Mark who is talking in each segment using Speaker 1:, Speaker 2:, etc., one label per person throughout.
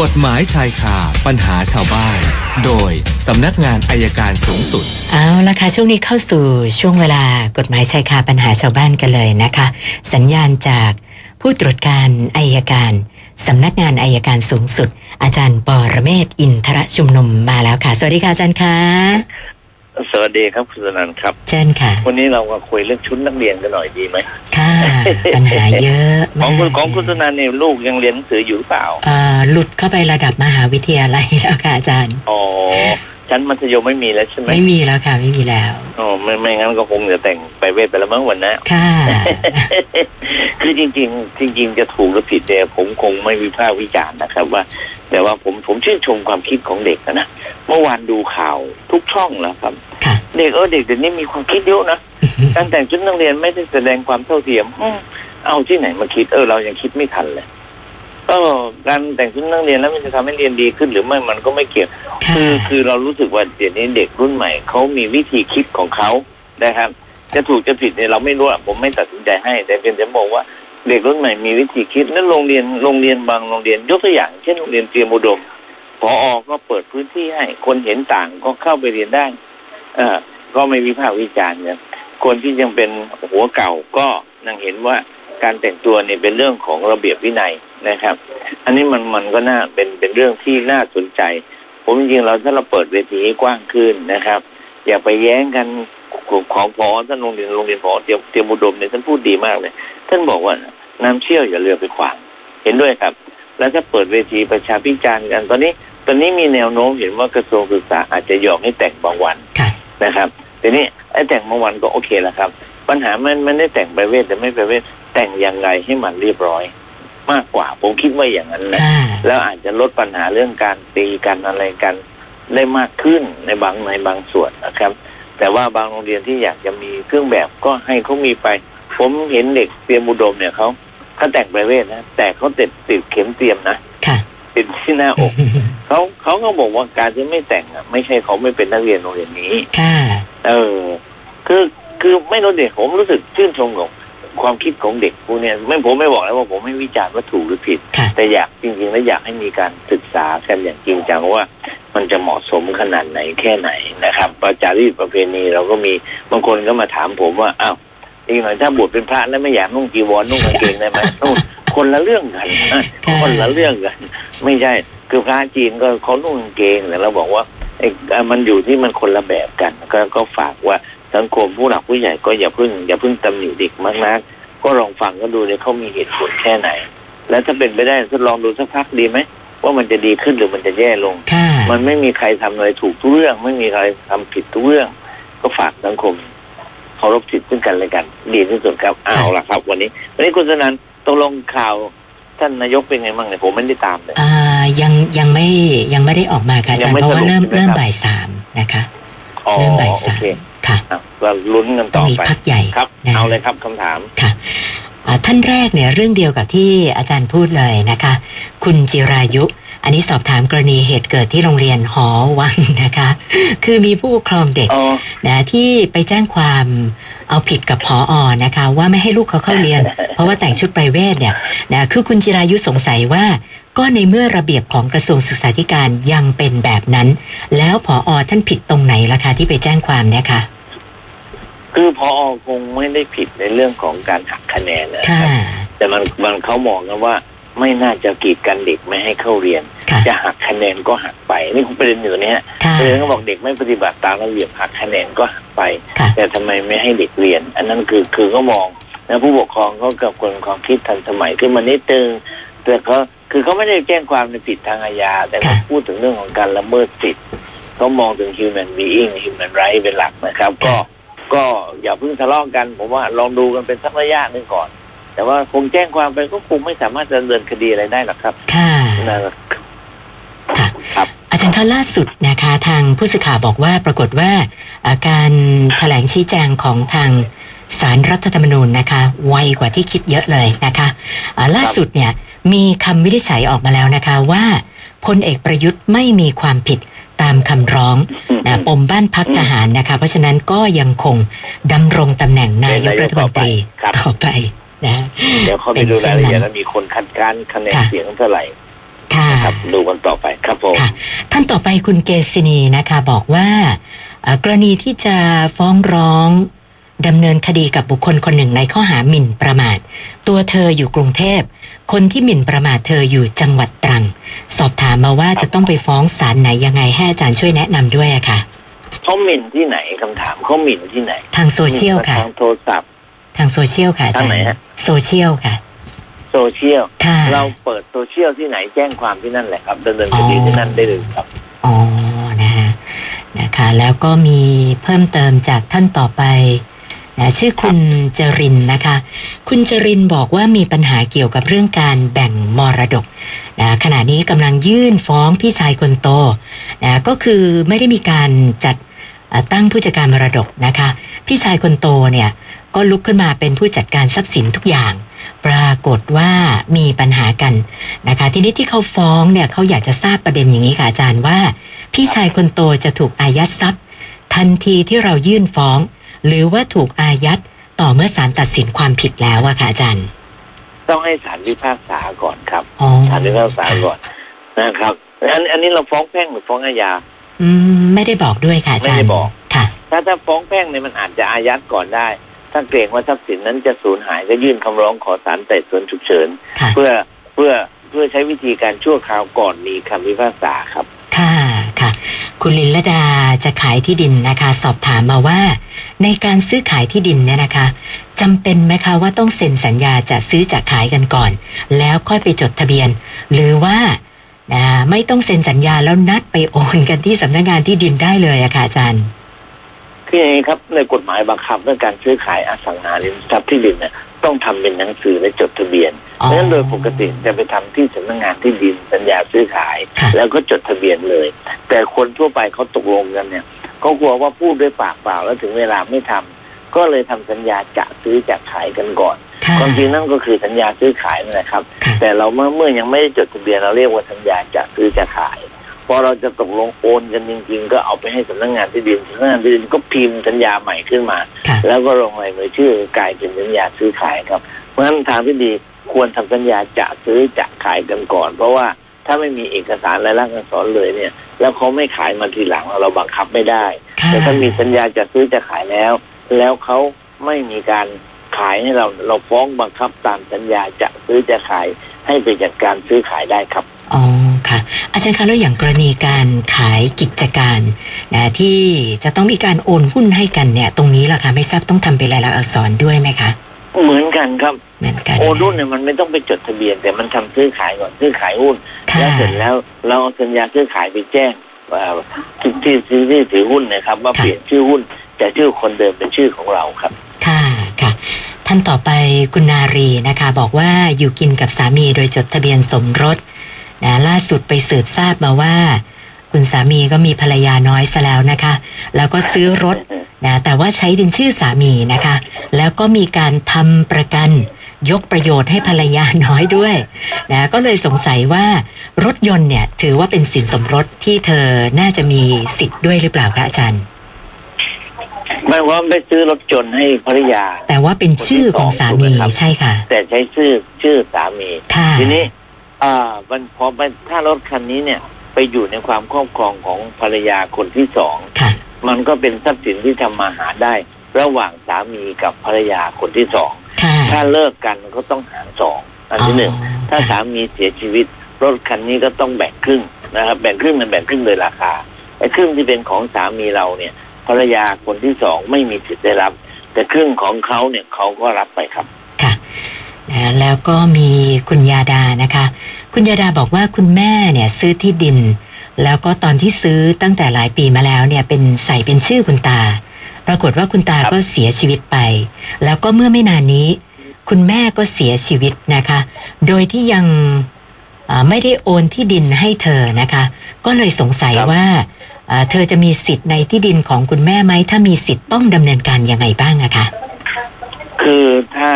Speaker 1: กฎหมายชายคาปัญหาชาวบ้าน โดยสำนักงานอายการสูงสุด
Speaker 2: เอาละค่ะช่วงนี้เข้าสู่ช่วงเวลากฎหมายชายคาปัญหาชาวบ้านกันเลยนะคะ สัญญาณจากผู้ตรวจการอายการสำนักงานอายการสูงสุด อาจารย์ปอระเมศวร์อินทรชุมนุมมาแล้วค่ะ สวัสดีค่ะอาจารย์คะ
Speaker 3: สวัสดีครับคุณสนันท์ครับ
Speaker 2: เชิญค่ะ
Speaker 3: วันนี้เราก็คุยเรื่องชุดนักเรียนกันหน่อยดีไหม
Speaker 2: ค่ะ ปัญหาเยอะ
Speaker 3: ข
Speaker 2: มา
Speaker 3: อก งคุณของคุณสนันท์เนี่ยลูกยังเรียนหนังสืออยู่หรือเปล่า
Speaker 2: เอ่อหลุดเข้าไประดับมหาวิทยาลัยแล้วค่ะอาจารย์
Speaker 3: อ๋อชั้นมัธยมไม่มีแล้วใช่ไหม
Speaker 2: ไม่มีแล้วค่ะไม่มีแล้ว
Speaker 3: อ๋อไม่ไม่งั้นก็คงจะแต่งไปเวทไปแล้วมั้งวันนะ
Speaker 2: ค่ะ
Speaker 3: คือจริง ๆ จริง ๆ จะถูกหรือผิดเนี่ยผมคงไม่วิพากษ์วิจารณ์นะครับ ว่า แต่ว่าผมผมชื่นชมความคิดของเด็กนะนะเมื่อวานดูข่าวทุกช่องแล้วครับ
Speaker 2: ค่ะ
Speaker 3: เด็กเออเด็กเดี๋ยวนี้มีความคิดเยอะนะ การแต่งชุดนักเรียนไม่ได้แสดงความเท่าเทียมอืมเอาที่ไหนมาคิด เออเรายังคิดไม่ทันเลยก็การแต่งชุดนักเรียนแล้วมันจะทำให้เรียนดีขึ้นหรือไม่มันก็ไม่เกี่ยว
Speaker 2: ค่ะ
Speaker 3: คือคือเรารู้สึกว่าเดี๋ยวนี้เด็กรุ่นใหม่เขามีวิธีคิดของเขานะครับ จะถูกจะผิดเนี่ยเราไม่รู้อะผมไม่ตัดสินใจให้ แต่เป็นจะบอกว่าเด็กรุ่นใหม่มีวิธีคิดนั้นโรงเรียนโรงเรียนบางโรงเรียนยกตัวอย่าง เช่นโรงเรียนเตรียมอุดมพออก็เปิดพื้นที่ให้ คนเห็นต่างก็เข้าไปเรียนได้เออก็ไม่วิพากษ์วิจารณ์เนี่ยคนที่ยังเป็นหัวเก่าก็ยังเห็นว่าการแต่งตัวเนี่ยเป็นเรื่องของระเบียบวินัยนะครับ อันนี้มันมันก็น่าเป็นเป็นเรื่องที่น่าสนใจ ผมจริงๆเราถ้าเราเปิดเวทีให้กว้างขึ้นนะครับ อย่าไปแย้งกันของของพอท่านโรงเรียนโรงเรียนพอเตรียมเตรียมอุดมเนี่ยท่านพูดดีมากเลย ท่านบอกว่าน้ำเชี่ยวอย่าเรือไปขวางเห็นด้วยครับ แล้วถ้าเปิดเวทีประชาพิจารณ์กัน ตอนนี้ ตอนนี้มีแนวโน้มเห็นว่ากระทรวงศึกษาอาจจะยอมให้แต่งบางวัน
Speaker 2: ค่ะ
Speaker 3: นะครับทีนี้ไอ้แต่งบางวันก็โอเคแล้วครับ ปัญหามันมันได้แต่งไปเวทแต่ไม่ไปเวทแต่งยังไงให้มันเรียบร้อย มากกว่า ผมคิดว่าอย่างนั้นนะ
Speaker 2: ค่ะ
Speaker 3: แล้วอาจจะลดปัญหาเรื่องการตีกันอะไรกันได้มากขึ้นในบางในบางส่วนนะครับ แต่ว่าบางโรงเรียนที่อยากจะมีเครื่องแบบก็ให้เขามีไป ผมเห็นเด็กเตรียมอุดมเนี่ยเขาเขาแต่งประเวทนะ แต่เขาติดติดเข็มเตรียมนะ
Speaker 2: ค่ะ
Speaker 3: ติดที่หน้าอกเขาเขาก็บอกว่าการที่ไม่แต่งอะไม่ใช่เขาไม่เป็นนักเรียนโรงเรียนนี้
Speaker 2: ค่ะ
Speaker 3: เออ คือ คือไม่รู้เด็กผมรู้สึกชื่นชมกับความคิดของเด็กพวกเนี้ยไม่ผมไม่บอกแล้วว่าผมไม่วิจารณ์ว่าถูกหรือผิด
Speaker 2: ค่ะ
Speaker 3: แต่อยากจริงๆแล้วอยากให้มีการศึกษากันอย่างจริงจังว่า มันจะเหมาะสมขนาดไหนแค่ไหนนะครับ ประจารีตประเพณีเราก็มีบางคนก็มาถามผมว่าอ้าวอีกหน่อยถ้าบวชเป็นพระแล้วไม่อยากนุ่งจีวรนุ่งกางเกงได้ไหมนุ่งคนละเรื่องกันนะคนละเรื่องกัน ไม่ใช่ คือพระจีนก็เขานุ่งกางเกงแต่เราบอกว่า ไอ้อ่ะมันอยู่ที่มันคนละแบบกัน ก็ก็ฝากว่าสังคมผู้หลักผู้ใหญ่ก็อย่าเพิ่งอย่าเพิ่งตำหนิเด็กมากนักก็ลองฟังก็ดูเนี่ยเขามีเหตุผลแค่ไหน แล้วถ้าเป็นไปได้ทดลองดูสักพักดีไหมว่ามันจะดีขึ้นหรือมันจะแย่ลง
Speaker 2: ค่ะ
Speaker 3: มันไม่มีใครทำอะไรถูกทุกเรื่อง ไม่มีใครทำผิดทุกเรื่อง ก็ฝากสังคมเคารพสิทธิ์ซึ่งกันและกัน ดีที่สุดครับเอาล่ะครับ วันนี้วันนี้คุณสนันตกลงข่าวท่านนายกเป็นไงบ้างเนี่ยผมไม่ได้ตามเลย
Speaker 2: อ่ายังยังไม่ยังไม่ได้ออกมาค่ะอาจาร
Speaker 3: ยั
Speaker 2: ย์
Speaker 3: งไม่
Speaker 2: เพราะว่าเริ่ม
Speaker 3: สรุปใช่ไหม
Speaker 2: เริ่ม
Speaker 3: ครับ
Speaker 2: บ่ายสามนะคะ
Speaker 3: อ๋อ
Speaker 2: เริ่มบ่าย
Speaker 3: โอ
Speaker 2: สาม
Speaker 3: เค
Speaker 2: ค่ะ
Speaker 3: อ่ะเราลุ้นกัน
Speaker 2: ต้
Speaker 3: ต่
Speaker 2: อง
Speaker 3: อ
Speaker 2: มี
Speaker 3: ไป
Speaker 2: พักใหญ่
Speaker 3: ครับ
Speaker 2: นะ
Speaker 3: เอาเลยครับคำถาม
Speaker 2: ค่ะอ่าท่านแรกเนี่ยเรื่องเดียวกับที่อาจารย์พูดเลยนะคะ คุณจิรายุ อันนี้สอบถามกรณีเหตุเกิดที่โรงเรียนหอวังนะคะ คือมีผู้ปกครองเด็ก
Speaker 3: อ๋อ
Speaker 2: นะที่ไปแจ้งความเอาผิดกับพออนะคะ ว่าไม่ให้ลูกเขาเข้าเรียน เพราะว่าแต่งชุดไพรเวทเนี่ยนะคือคุณจิรายุสงสัยว่า ก็ในเมื่อระเบียบของกระทรวงศึกษาธิการยังเป็นแบบนั้น แล้วผออท่านผิดตรงไหนล่ะคะที่ไปแจ้งความเนี่ยคะ
Speaker 3: คือพอคงไม่ได้ผิดในเรื่องของการหักคะแนนนะค
Speaker 2: ค่ะ
Speaker 3: รับ แต่มันมันเขามองกันว่า ไม่น่าจะกีดกันเด็กไม่ให้เข้าเรียน
Speaker 2: ค่ะ
Speaker 3: จะหักคะแนนก็หักไป นี่คุณประเด็นอยู่เนี่ย
Speaker 2: ค่ะ
Speaker 3: ประเด็นเขาบอกเด็กไม่ปฏิบัติตามระเบียบหักคะแนนก็หักไป
Speaker 2: ค่ะ
Speaker 3: แต่ทำไมไม่ให้เด็กเรียน อันนั้นคือคือก็มองนะผู้ปกครองเขากับคนความคิดทันสมัยขึ้นมานิดนึงแต่เขาคือเขาไม่ได้แจ้งความในผิดทางอาญาแต่เขา
Speaker 2: ค่ะ
Speaker 3: พูดถึงเรื่องของการละเมิดสิทธิ์เขามองถึง human being human right เป็นหลักนะครับ ก็ก็อย่าเพิ่งทะเลาะกัน ผมว่าลองดูกันเป็นสักระยะหนึ่งก่อน แต่ว่าคงแจ้งความไปก็คงไม่สามารถดำเนินคดีอะไรได้หรอกครับ
Speaker 2: ค่ะ
Speaker 3: นั่นแหละ
Speaker 2: อาจารย์คะล่าสุดนะคะ ทางผู้สื่อข่าวบอกว่าปรากฏว่าอ่าการแถลงชี้แจงของทางสารรัฐธรรมนูญนะคะ ไวกว่าที่คิดเยอะเลยนะคะอ่าล่าสุดเนี่ยมีคำวินิจฉัยออกมาแล้วนะคะว่าพลเอกประยุทธ์ไม่มีความผิดตามคำร้องนะปมบ้านพักทหารนะคะ เพราะฉะนั้นก็ยังคงดำรงตำแหน่งนายกรัฐมนตรี
Speaker 3: ครับ
Speaker 2: ต่อไปนะ
Speaker 3: เดี๋ยวเขาไปดูรายละเอียดแล้วมีคนคัดค้านคะแนน
Speaker 2: ค่ะ
Speaker 3: เสียงเท่าไหร่
Speaker 2: ค่ะ
Speaker 3: ครับ ดูกันต่อไปครับผม
Speaker 2: ค่ะ ท่านต่อไปคุณเกษินีนะคะบอกว่าเอ่อกรณีที่จะฟ้องร้องดำเนินคดีกับบุคคลคนหนึ่งในข้อหาหมิ่นประมาท ตัวเธออยู่กรุงเทพ คนที่หมิ่นประมาทเธออยู่จังหวัดตรัง สอบถามมาว่าจะต้องไปฟ้องศาลไหนยังไงให้อาจารย์ช่วยแนะนำด้วยอะค่ะ
Speaker 3: เขาหมิ่นที่ไหนคำถามเขาหมิ่นที่ไหน
Speaker 2: ทางโซเชียลค่ะ
Speaker 3: ทางโทรศัพท์
Speaker 2: ทางโซเชียลค่ะอาจาร
Speaker 3: ทางไหน
Speaker 2: ย์
Speaker 3: ฮะ
Speaker 2: โซเชียลค่ะ
Speaker 3: โซเชียล
Speaker 2: ค่ะ
Speaker 3: เราเปิดโซเชียลที่ไหนแจ้งความที่นั่นแหละครับดำเนินคดีที่นั่นได้เลยครับ
Speaker 2: อ๋อ นะคะนะคะ แล้วก็มีเพิ่มเติมจากท่านต่อไปนะชื่อคุณจรินนะคะ คุณจรินบอกว่ามีปัญหาเกี่ยวกับเรื่องการแบ่งมรดกนะขณะนี้กำลังยื่นฟ้องพี่ชายคนโตนะก็คือไม่ได้มีการจัดเอ่อตั้งผู้จัดการมรดกนะคะ พี่ชายคนโตเนี่ยก็ลุกขึ้นมาเป็นผู้จัดการทรัพย์สินทุกอย่าง ปรากฏว่ามีปัญหากันนะคะ ทีนี้ที่เขาฟ้องเนี่ยเขาอยากจะทราบประเด็นอย่างนี้ค่ะอาจารย์ว่า พี่ชายคนโตจะถูกอายัดทรัพย์ ทันทีที่เรายื่นฟ้อง หรือว่าถูกอายัดต่อเมื่อศาลตัดสินความผิดแล้วอะค่ะอาจารย์
Speaker 3: ต้องให้ศาลพิพากษาก่อนครับ
Speaker 2: อ๋อ
Speaker 3: ศาลพิพากษาก่อนนะครับอันอันนี้เราฟ้องแพ่งหรือฟ้องอาญา
Speaker 2: อืมไม่ได้บอกด้วยค่ะอาจารย์
Speaker 3: ไม่ได้บอก
Speaker 2: ค่ะ
Speaker 3: ถ้าถ้าฟ้องแพ่งเนี่ยมันอาจจะอายัดก่อนได้ ถ้าเกรงว่าทรัพย์สินนั้นจะสูญหายก็ยื่นคำร้องขอศาลไต่สวนฉุกเฉิน
Speaker 2: ค่ะ
Speaker 3: เพื่อเพื่อเพื่อใช้วิธีการชั่วคราวก่อนมีคำพิพากษาครับ
Speaker 2: ค่ะค่ะ คุณลินลดาจะขายที่ดินนะคะ สอบถามมาว่า ในการซื้อขายที่ดินเนี่ยนะคะจำเป็นไหมคะว่าต้องเซ็นสัญญาจะซื้อจะขายกันก่อน แล้วค่อยไปจดทะเบียน หรือว่าอ่าไม่ต้องเซ็นสัญญาแล้วนัดไปโอนกันที่สำนักงานที่ดินได้เลยอะค่ะอาจารย์
Speaker 3: คืออย่างนี้ครับในกฎหมายบังคับเรื่องการซื้อขายอสังหาริมทรัพย์ที่ดินเนี่ยต้องทำเป็นหนังสือและจดทะเบียนเพ
Speaker 2: อ๋อ
Speaker 3: ราะฉะนั้นโดยปกติจะไปทำที่สำนักงานที่ดินสัญญาซื้อขาย
Speaker 2: ค่ะ
Speaker 3: แล้วก็จดทะเบียนเลย แต่คนทั่วไปเขาตกลงกันเนี่ยเขากลัวว่าพูดด้วยปากเปล่าแล้วถึงเวลาไม่ทำก็เลยทำสัญญาจะซื้อจะขายกันก่อน
Speaker 2: ค่ะ
Speaker 3: ความจริงนั่นก็คือสัญญาซื้อขายนั่นแหละครับ
Speaker 2: ค่ะ
Speaker 3: แต่เราเมื่อเมื่อยังไม่ได้จดทะเบียนเราเรียกว่าสัญญาจะซื้อจะขายพอเราจะตกลงโอนกันจริงๆ ก็เอาไปให้สำนักงานที่ดินสำนักงานที่ดินก็พิมพ์สัญญาใหม่ขึ้นมา
Speaker 2: ค่ะ
Speaker 3: แล้วก็ลงลายมือชื่อกลายเป็นสัญญาซื้อขายครับ เพราะฉะนั้นทางที่ดีควรทำสัญญาจะซื้อจะขายกันก่อน เพราะว่าถ้าไม่มีเอกสารรายลักษณ์อักษรเลยเนี่ย แล้วเขาไม่ขายมาทีหลังเราบังคับไม่ได้
Speaker 2: ค่ะ
Speaker 3: แต่ถ้ามีสัญญาจะซื้อจะขายแล้ว แล้วเขาไม่มีการขายให้เราเราฟ้องบังคับตามสัญญาจะซื้อจะขายให้ไปจัดการซื้อขายได้ครับ
Speaker 2: อ๋อค่ะ อาจารย์คะแล้วอย่างกรณีการขายกิจการนะที่จะต้องมีการโอนหุ้นให้กันเนี่ย ตรงนี้ล่ะคะไม่ทราบต้องทำเป็นลายลักษณ์อักษรด้วยไหมคะ
Speaker 3: เหมือนกันครับ
Speaker 2: เหมือนกันะ
Speaker 3: โอรุ่นเนี่ยมันไม่ต้องไปจดทะเบียน แต่มันทำซื้อขายก่อนซื้อขายหุ้น
Speaker 2: ค่ะ
Speaker 3: แล้วเสร็จแล้วเราเอาสัญญาซื้อขายไปแจ้งเอ่อที่ที่ที่ที่ถือหุ้นนะครับ ว่าเปลี่ยนชื่อหุ้นจากชื่อคนเดิมเป็นชื่อของเราครับ
Speaker 2: ค่ะค่ะ ท่านต่อไปคุณนารีนะคะ บอกว่าอยู่กินกับสามีโดยจดทะเบียนสมรสนะล่าสุดไปสืบทราบมาว่า คุณสามีก็มีภรรยาน้อยซะแล้วนะคะ แล้วก็ซื้อรถ นะแต่ว่าใช้เป็นชื่อสามีนะคะ แล้วก็มีการทำประกันยกประโยชน์ให้ภรรยาน้อยด้วยนะก็เลยสงสัยว่ารถยนต์เนี่ยถือว่าเป็นสินสมรสที่เธอน่าจะมีสิทธิ์ด้วยหรือเปล่าคะอาจารย์
Speaker 3: หมายความว่าไปซื้อรถจนต์ให้ภรรยา
Speaker 2: แต่ว่าเป็นชื่อของสามีใช่ค่ะ
Speaker 3: แต่ใช้ชื่อชื่อสามี
Speaker 2: ค่ะ
Speaker 3: ทีนี้อ่ามันพอมันถ้ารถคันนี้เนี่ย ไปอยู่ในความครอบครองของภรรยาคนที่สอง
Speaker 2: ค่ะ
Speaker 3: มันก็เป็นทรัพย์สินที่ทำมาหาได้ ระหว่างสามีกับภรรยาคนที่สอง
Speaker 2: ค่ะ
Speaker 3: ถ้าเลิกกันก็ต้องหารสอง อันที่หนึ่ง ถ้า
Speaker 2: ค่ะ
Speaker 3: สามีเสียชีวิต รถคันนี้ก็ต้องแบ่งครึ่งนะครับ แบ่งครึ่งมันแบ่งครึ่งโดยราคาไอ้ครึ่งที่เป็นของสามีเราเนี่ย ภรรยาคนที่สองไม่มีสิทธิ์ได้รับ แต่ครึ่งของเขาเนี่ยเขาก็รับไปครับ
Speaker 2: ค่ะนะแล้วก็มีคุณยาดานะคะ คุณยาดาบอกว่าคุณแม่เนี่ยซื้อที่ดิน แล้วก็ตอนที่ซื้อตั้งแต่หลายปีมาแล้วเนี่ยเป็นใส่เป็นชื่อคุณตา ปรากฏว่าคุณตาก็เสียชีวิตไป แล้วก็เมื่อไม่นานนี้ คุณแม่ก็เสียชีวิตนะคะ โดยที่ยังอ่าไม่ได้โอนที่ดินให้เธอนะคะ ก็เลยสงสัย
Speaker 3: ครับ
Speaker 2: ว่าอ่าเธอจะมีสิทธิ์ในที่ดินของคุณแม่ไหมถ้ามีสิทธิ์ต้องดำเนินการยังไงบ้างอะคะ
Speaker 3: คือถ้า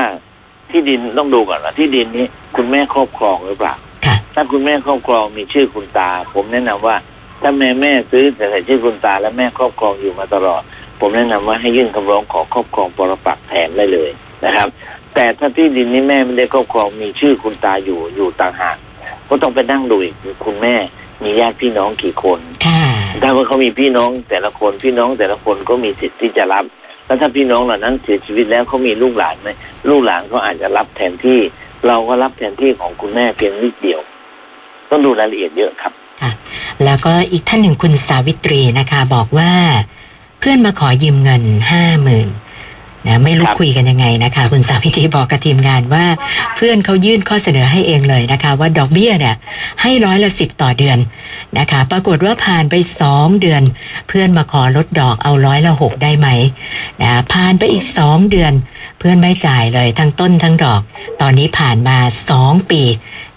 Speaker 3: ที่ดินต้องดูก่อนว่าที่ดินนี้คุณแม่ครอบครองหรือเปล่า
Speaker 2: ค่ะ
Speaker 3: ถ้าคุณแม่ครอบครองมีชื่อคุณตา ผมแนะนำว่า ถ้าแม่แม่ซื้อแต่ใส่ชื่อคุณตา และแม่ครอบครองอยู่มาตลอด ผมแนะนำว่าให้ยื่นคำร้องขอครอบครองปรปักษ์แทนได้เลยนะครับ แต่ถ้าที่ดินนี้แม่ไม่ได้ครอบครองมีชื่อคุณตาอยู่อยู่ต่างหาก ก็ต้องไปนั่งดูอีกคือคุณแม่มีญาติพี่น้องกี่คน
Speaker 2: ค่ะ
Speaker 3: ถ้าว่าเขามีพี่น้องแต่ละคนพี่น้องแต่ละคนก็มีสิทธิ์ที่จะรับ แล้วถ้าพี่น้องเหล่านั้นเสียชีวิตแล้วเขามีลูกหลานไหมลูกหลานเขาอาจจะรับแทนที่ เราก็รับแทนที่ของคุณแม่เพียงนิดเดียว ต้องดูรายละเอียดเยอะครับ
Speaker 2: แล้วก็อีกท่านหนึ่งคุณสาวิตรีนะคะ บอกว่า เพื่อนมาขอยืมเงินห้าหมื่นนะไม่รู้
Speaker 3: ครับ
Speaker 2: คุยกันยังไงนะคะ คุณสาวิตรีบอกกับทีมงานว่า เพื่อนเขายื่นข้อเสนอให้เองเลยนะคะ ว่าดอกเบี้ยเนี่ย ให้ร้อยละสิบต่อเดือนนะคะ ปรากฏว่าผ่านไปสองเดือน เพื่อนมาขอลดดอกเอาร้อยละหกได้ไหมนะผ่านไปอีกสองเดือน เพื่อนไม่จ่ายเลยทั้งต้นทั้งดอก ตอนนี้ผ่านมาสองปี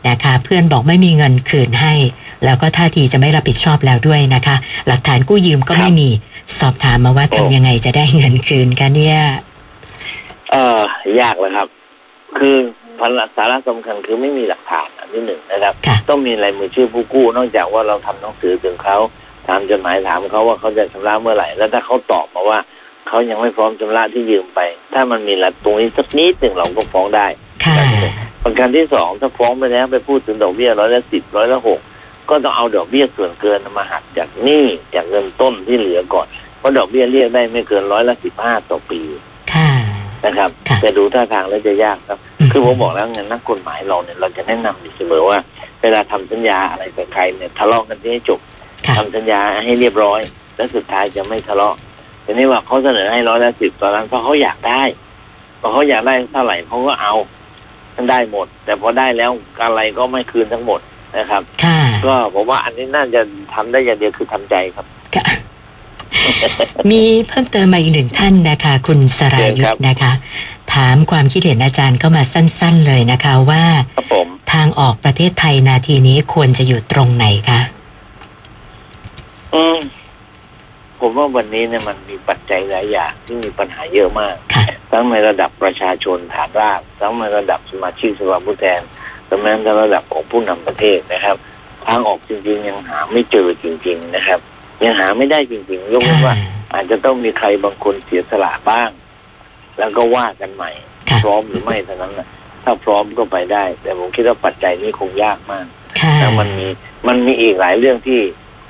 Speaker 2: นะคะ เพื่อนบอกไม่มีเงินคืนให้ แล้วก็ท่าทีจะไม่รับผิดชอบแล้วด้วยนะคะ หลักฐานกู้ยืมก็ไม่มีสอบถามมาว่าทำยังไงจะได้เงินคืนคะเนี่ย
Speaker 3: เออยากเลยครับ คือสาระสาระสำคัญคือไม่มีหลักฐานอันที่หนึ่งนะครับ
Speaker 2: ค่ะ
Speaker 3: ต้องมีลายมือชื่อผู้กู้ นอกจากว่าเราทำหนังสือถึงเขาตามจดหมายถามเขาว่าเขาจะชำระเมื่อไหร่ แล้วถ้าเขาตอบมาว่าเขายังไม่พร้อมชำระที่ยืมไป ถ้ามันมีหลักตรงนี้สักนิดหนึ่งเราก็ฟ้องได้
Speaker 2: ค่ะ
Speaker 3: ประการที่สองถ้าฟ้องไปแล้วไปพูดถึงดอกเบี้ยร้อยละสิบร้อยละหกก็ต้องเอาดอกเบี้ยส่วนเกินมาหักจากหนี้จากเงินต้นที่เหลือก่อนเพราะดอกเบี้ยเรียกได้ไม่เกินร้อยละสิบห้าต่อปี
Speaker 2: ค่ะ
Speaker 3: นะครับ
Speaker 2: ค่ะ
Speaker 3: แต่ดูท่าทางแล้วจะยากครับ คือผมบอกแล้วไงนักกฎหมายเราเนี่ยเราจะแนะนำอยู่เสมอว่า เวลาทำสัญญาอะไรกับใครเนี่ยทะเลาะกันที่ให้จบ
Speaker 2: ค่ะ
Speaker 3: ทำสัญญาให้เรียบร้อย แล้วสุดท้ายจะไม่ทะเลาะทีนี้ว่าเขาเสนอให้ร้อยละสิบตอนนั้นเพราะเขาอยากได้พอเขาอยากได้เท่าไหร่เขาก็เอามันได้หมด แต่พอได้แล้วอะไรก็ไม่คืนทั้งหมดนะครับ
Speaker 2: ค่ะ
Speaker 3: ก็ผมว่าอันนี้น่าจะทำได้อย่างเดียวคือทำใจครับ
Speaker 2: ค่ะ มีเพิ่มเติมมาอีกหนึ่งท่านนะคะ คุณสรายุทธ์นะคะ ถามความคิดเห็นอาจารย์เข้ามาสั้น ๆ เลยนะคะว่า
Speaker 3: ครับผม
Speaker 2: ทางออกประเทศไทยนาทีนี้ควรจะอยู่ตรงไหนคะ
Speaker 3: อืมผมว่าวันนี้เนี่ยมันมีปัจจัยหลายอย่างที่มีปัญหาเยอะมาก
Speaker 2: ค่ะ
Speaker 3: ทั้งในระดับประชาชนฐานรากทั้งในระดับสมาชิกสภาผู้แทนและแม้แต่ระดับของผู้นำประเทศนะครับ ทางออกจริงๆ ยังหาไม่เจอจริง ๆนะครับ ยังหาไม่ได้จริงๆยกเว้นว่า อาจจะต้องมีใครบางคนเสียสละบ้าง แล้วก็ว่ากันใหม่
Speaker 2: ค่ะ
Speaker 3: พร้อมหรือไม่เท่านั้นนะถ้าพร้อมก็ไปได้ แต่ผมคิดว่าปัจจัยนี้คงยากมาก
Speaker 2: ค่ะ
Speaker 3: แต่มันมีมันมีอีกหลายเรื่องที่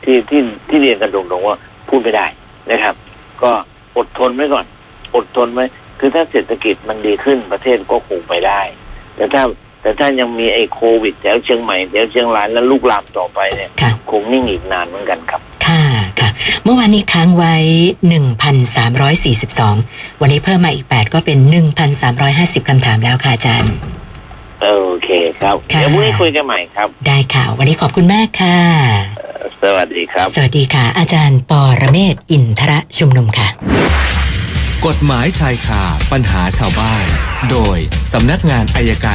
Speaker 3: ที่ที่ที่เรียนกันตรงๆว่าพูดไม่ได้นะครับ ก็อดทนไว้ก่อน อดทนไว้คือถ้าเศรษฐกิจมันดีขึ้นประเทศก็คงไปได้ แต่ถ้าแต่ถ้ายังมีไอ้โควิดแถวเชียงใหม่แถวเชียงรายแล้วลูกลามต่อไปเนี่ย
Speaker 2: ค่ะ
Speaker 3: คงนิ่งอีกนานเหมือนกันครับ
Speaker 2: ค่ะ ค่ะ เมื่อวานนี้ค้างไว้ 1,342 วันนี้เพิ่มมาอีก 8 ก็เป็น 1,350คำถามแล้วค่ะอาจารย์
Speaker 3: โอเคครับ
Speaker 2: ค่ะ
Speaker 3: เดี๋ยวพรุ่งนี้คุยกันใหม่ครับ
Speaker 2: ได้ค่ะ วันนี้ขอบคุณมากค่ะ
Speaker 3: สวัสดีครับ
Speaker 2: สวัสดีค่ะ อาจารย์ปอระเมศวร์อินทระชุมนุมค่ะ
Speaker 1: กฎหมายชายคาปัญหาชาวบ้าน โดยสำนักงานอายการ